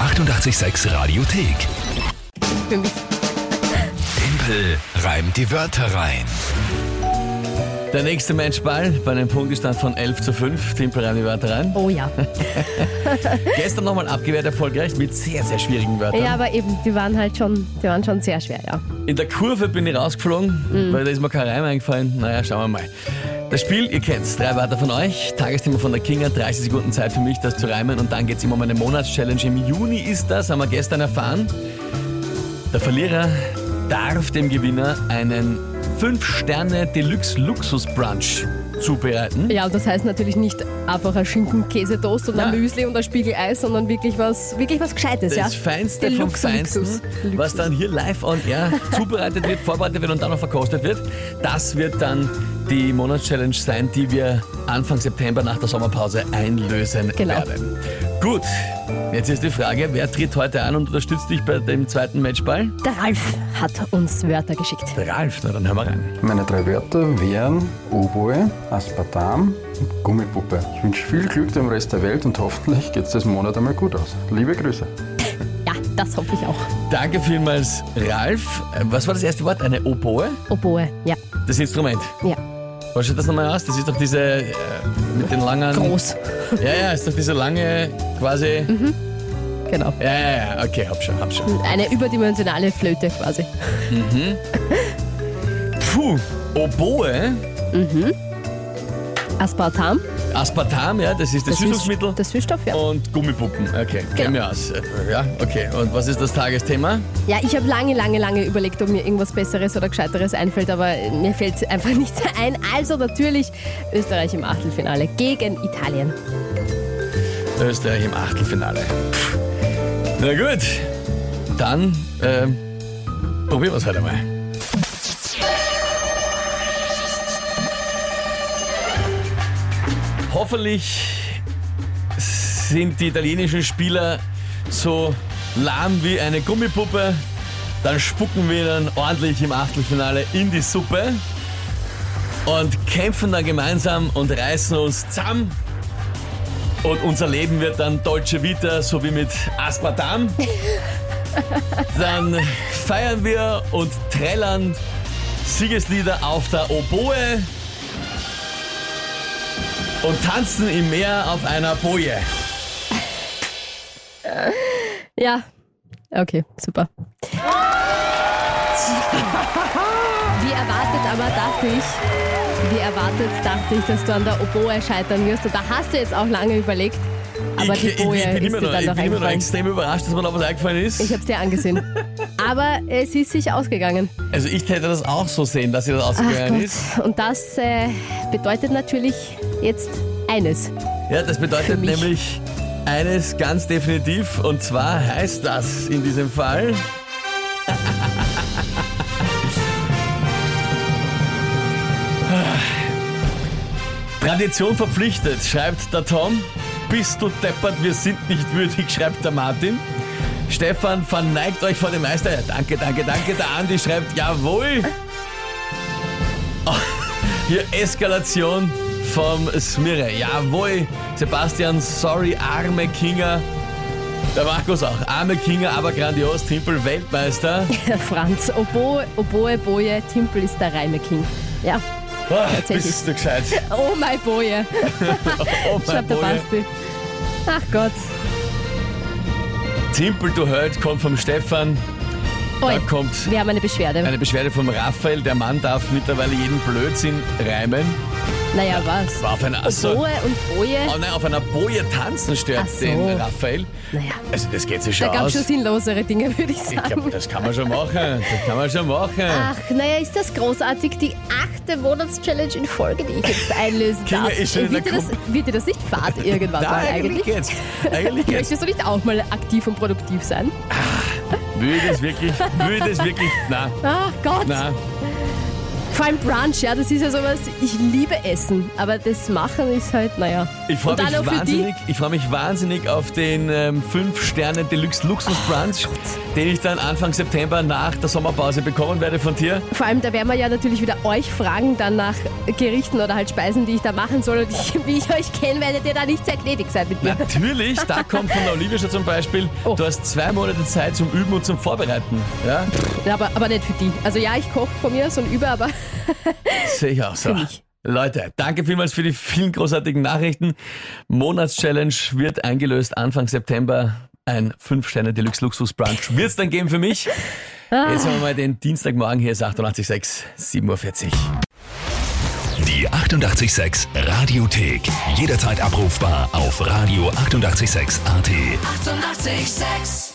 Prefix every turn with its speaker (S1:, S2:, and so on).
S1: 886 Radiothek.
S2: Für mich.
S1: Tempel reimt die Wörter rein.
S3: Der nächste Matchball bei einem Punktestand von 11 zu 5. Timpel rein die Wörter rein.
S2: Oh ja.
S3: Gestern nochmal abgewehrt, erfolgreich mit sehr, sehr schwierigen Wörtern.
S2: Ja, aber eben, die waren halt schon, die waren schon sehr schwer, ja.
S3: In der Kurve bin ich rausgeflogen, weil da ist mir kein Reim eingefallen. Naja, schauen wir mal. Das Spiel, ihr kennt's. Drei Wörter von euch. Tagesthema von der Kinga. 30 Sekunden Zeit für mich, das zu reimen. Und dann geht's immer um eine Monatschallenge. Im Juni ist das, haben wir gestern erfahren. Der Verlierer darf dem Gewinner einen 5-Sterne-Deluxe-Luxus-Brunch zubereiten.
S2: Ja, und das heißt natürlich nicht einfach ein Schinken-Käsetoast und ein
S3: Nein.
S2: Müsli und ein Spiegel Eis, sondern wirklich was, wirklich was Gescheites, ja.
S3: Das Feinste vom
S2: Deluxe
S3: Feinsten,
S2: Luxus.
S3: was dann hier live on air zubereitet wird, vorbereitet wird und dann noch verkostet wird, das wird dann die Monatschallenge sein, die wir Anfang September nach der Sommerpause einlösen
S2: Genau.
S3: werden. Gut, jetzt ist die Frage, wer tritt heute an und unterstützt dich bei dem zweiten Matchball?
S2: Der Ralf hat uns Wörter geschickt.
S3: Der Ralf, na dann hören wir rein.
S4: Meine drei Wörter wären Oboe, Aspartam und Gummipuppe. Ich wünsche viel Glück dem Rest der Welt und hoffentlich geht es diesen Monat einmal gut aus. Liebe Grüße.
S2: Ja, das hoffe ich auch.
S3: Danke vielmals, Ralf. Was war das erste Wort? Eine Oboe?
S2: Oboe, ja,
S3: Das Instrument.
S2: ja.
S3: Was schaut das nochmal aus? Das ist doch diese äh, mit den langen...
S2: Groß.
S3: Ja, ja, ist doch diese lange quasi...
S2: Genau.
S3: Ja, ja, ja, okay, hab schon, hab schon.
S2: Eine überdimensionale Flöte quasi.
S3: Puh, Oboe,
S2: Aspartam.
S3: Aspartam, ja, das ist das,
S2: Süß-
S3: Süßungsmittel.
S2: Das Süßstoff, ja.
S3: und Gummipuppen, okay,
S2: Genau.
S3: kennen wir aus. Ja, okay, und was ist das Tagesthema?
S2: Ja, ich habe lange, lange, lange überlegt, ob mir irgendwas Besseres oder Gescheiteres einfällt, aber mir fällt einfach nichts ein. Also natürlich Österreich im Achtelfinale gegen Italien.
S3: Österreich im Achtelfinale. Pff. Na gut, dann ähm, probieren wir es heute mal. Hoffentlich sind die italienischen Spieler so lahm wie eine Gummipuppe. Dann spucken wir ihnen ordentlich im Achtelfinale in die Suppe und kämpfen dann gemeinsam und reißen uns zusammen und unser Leben wird dann Deutsche Vita, so wie mit Aspartam. Dann feiern wir und trällern Siegeslieder auf der Oboe und tanzen im Meer auf einer Boje.
S2: Ja, okay, super. Wie erwartet aber dachte ich, wie erwartet dachte ich, dass du an der Oboe scheitern wirst. Und da hast du jetzt auch lange überlegt, aber
S3: ich,
S2: die Boje
S3: ich, ich bin
S2: ist
S3: immer
S2: dir
S3: noch,
S2: dann
S3: ich
S2: noch
S3: bin immer noch
S2: eingefallen.
S3: extrem überrascht, dass mir noch was eingefallen ist.
S2: Ich hab's dir angesehen. Aber es ist sich ausgegangen.
S3: also ich hätte das auch so sehen, dass ihr das
S2: Ach
S3: ausgegangen ist.
S2: Gott. Und das äh, bedeutet natürlich jetzt eines.
S3: Ja, das
S2: Für
S3: bedeutet
S2: mich.
S3: nämlich eines ganz definitiv und zwar heißt das in diesem Fall. Tradition verpflichtet, schreibt der Tom. Bist du deppert, wir sind nicht würdig, schreibt der Martin. Stefan, verneigt euch vor dem Meister. Ja, danke, danke, danke. Der Andi schreibt, jawohl. Hier Eskalation vom Smirre. Jawohl, Sebastian, sorry, arme Kinga. Der Markus auch. Arme Kinga, aber grandios. Timpel Weltmeister.
S2: Franz, Oboe, Oboe, Boje, Timpel ist der Reime King. Ja.
S3: Ah,
S2: Tatsächlich.
S3: bist du gescheit.
S2: Oh mein Boje,
S3: Oh mein
S2: schreibt der
S3: Boje.
S2: Basti. Ach Gott.
S3: Timpel, du Held, kommt vom Stefan. Da
S2: Oi,
S3: kommt
S2: wir haben eine Beschwerde.
S3: eine Beschwerde vom Raphael. Der Mann darf mittlerweile jeden Blödsinn reimen.
S2: naja, was?
S3: War auf einer, also,
S2: Boe und Boje.
S3: oh nein, auf einer Boje tanzen stört
S2: Ach so.
S3: den Raphael.
S2: Naja,
S3: Also, das geht sich schon
S2: da gab es
S3: aus.
S2: schon sinnlosere Dinge, würde ich
S3: ich
S2: sagen.
S3: glaube, das kann man schon machen. Das kann man schon machen.
S2: Ach, naja, ist das großartig, die achte Monatschallenge in Folge, die ich jetzt einlösen
S3: Kinga
S2: darf.
S3: ist schon in
S2: wird,
S3: der
S2: dir das, wird dir das nicht fad irgendwann
S3: Na,
S2: mal eigentlich?
S3: eigentlich geht's. Eigentlich geht's.
S2: Möchtest du nicht auch mal aktiv und produktiv sein?
S3: Würde es wirklich, würde es wirklich, na,
S2: Ach Gott,
S3: na.
S2: Vor allem Brunch, ja, das ist ja sowas, ich liebe Essen, aber das Machen ist halt, naja.
S3: Ich freue
S2: Und dann
S3: mich,
S2: auch für die,
S3: wahnsinnig- ich freu mich wahnsinnig auf den ähm, 5-Sterne-Deluxe-Luxus-Brunch, den ich dann Anfang September nach der Sommerpause bekommen werde von dir.
S2: vor allem, da werden wir ja natürlich wieder euch fragen, dann nach Gerichten oder halt Speisen, die ich da machen soll. Und ich, wie ich euch kenne, werdet ihr da nicht sehr gnädig sein mit mir.
S3: Natürlich, da kommt von der Olivia schon zum Beispiel,
S2: Oh.
S3: du hast zwei Monate Zeit zum Üben und zum Vorbereiten. Ja,
S2: Aber, aber nicht für die. Also ja, ich koche von mir so ein Über, aber
S3: sehe ich auch so.
S2: Für mich.
S3: Leute, danke vielmals für die vielen großartigen Nachrichten. Monatschallenge wird eingelöst Anfang September. Ein 5-Sterne-Deluxe-Luxus-Brunch wird es dann geben für mich. Jetzt haben wir mal den Dienstagmorgen, hier ist 88.6, 7.40 Uhr.
S1: Die 886 Radiothek. Jederzeit abrufbar auf radio886.at. 886!
S5: 886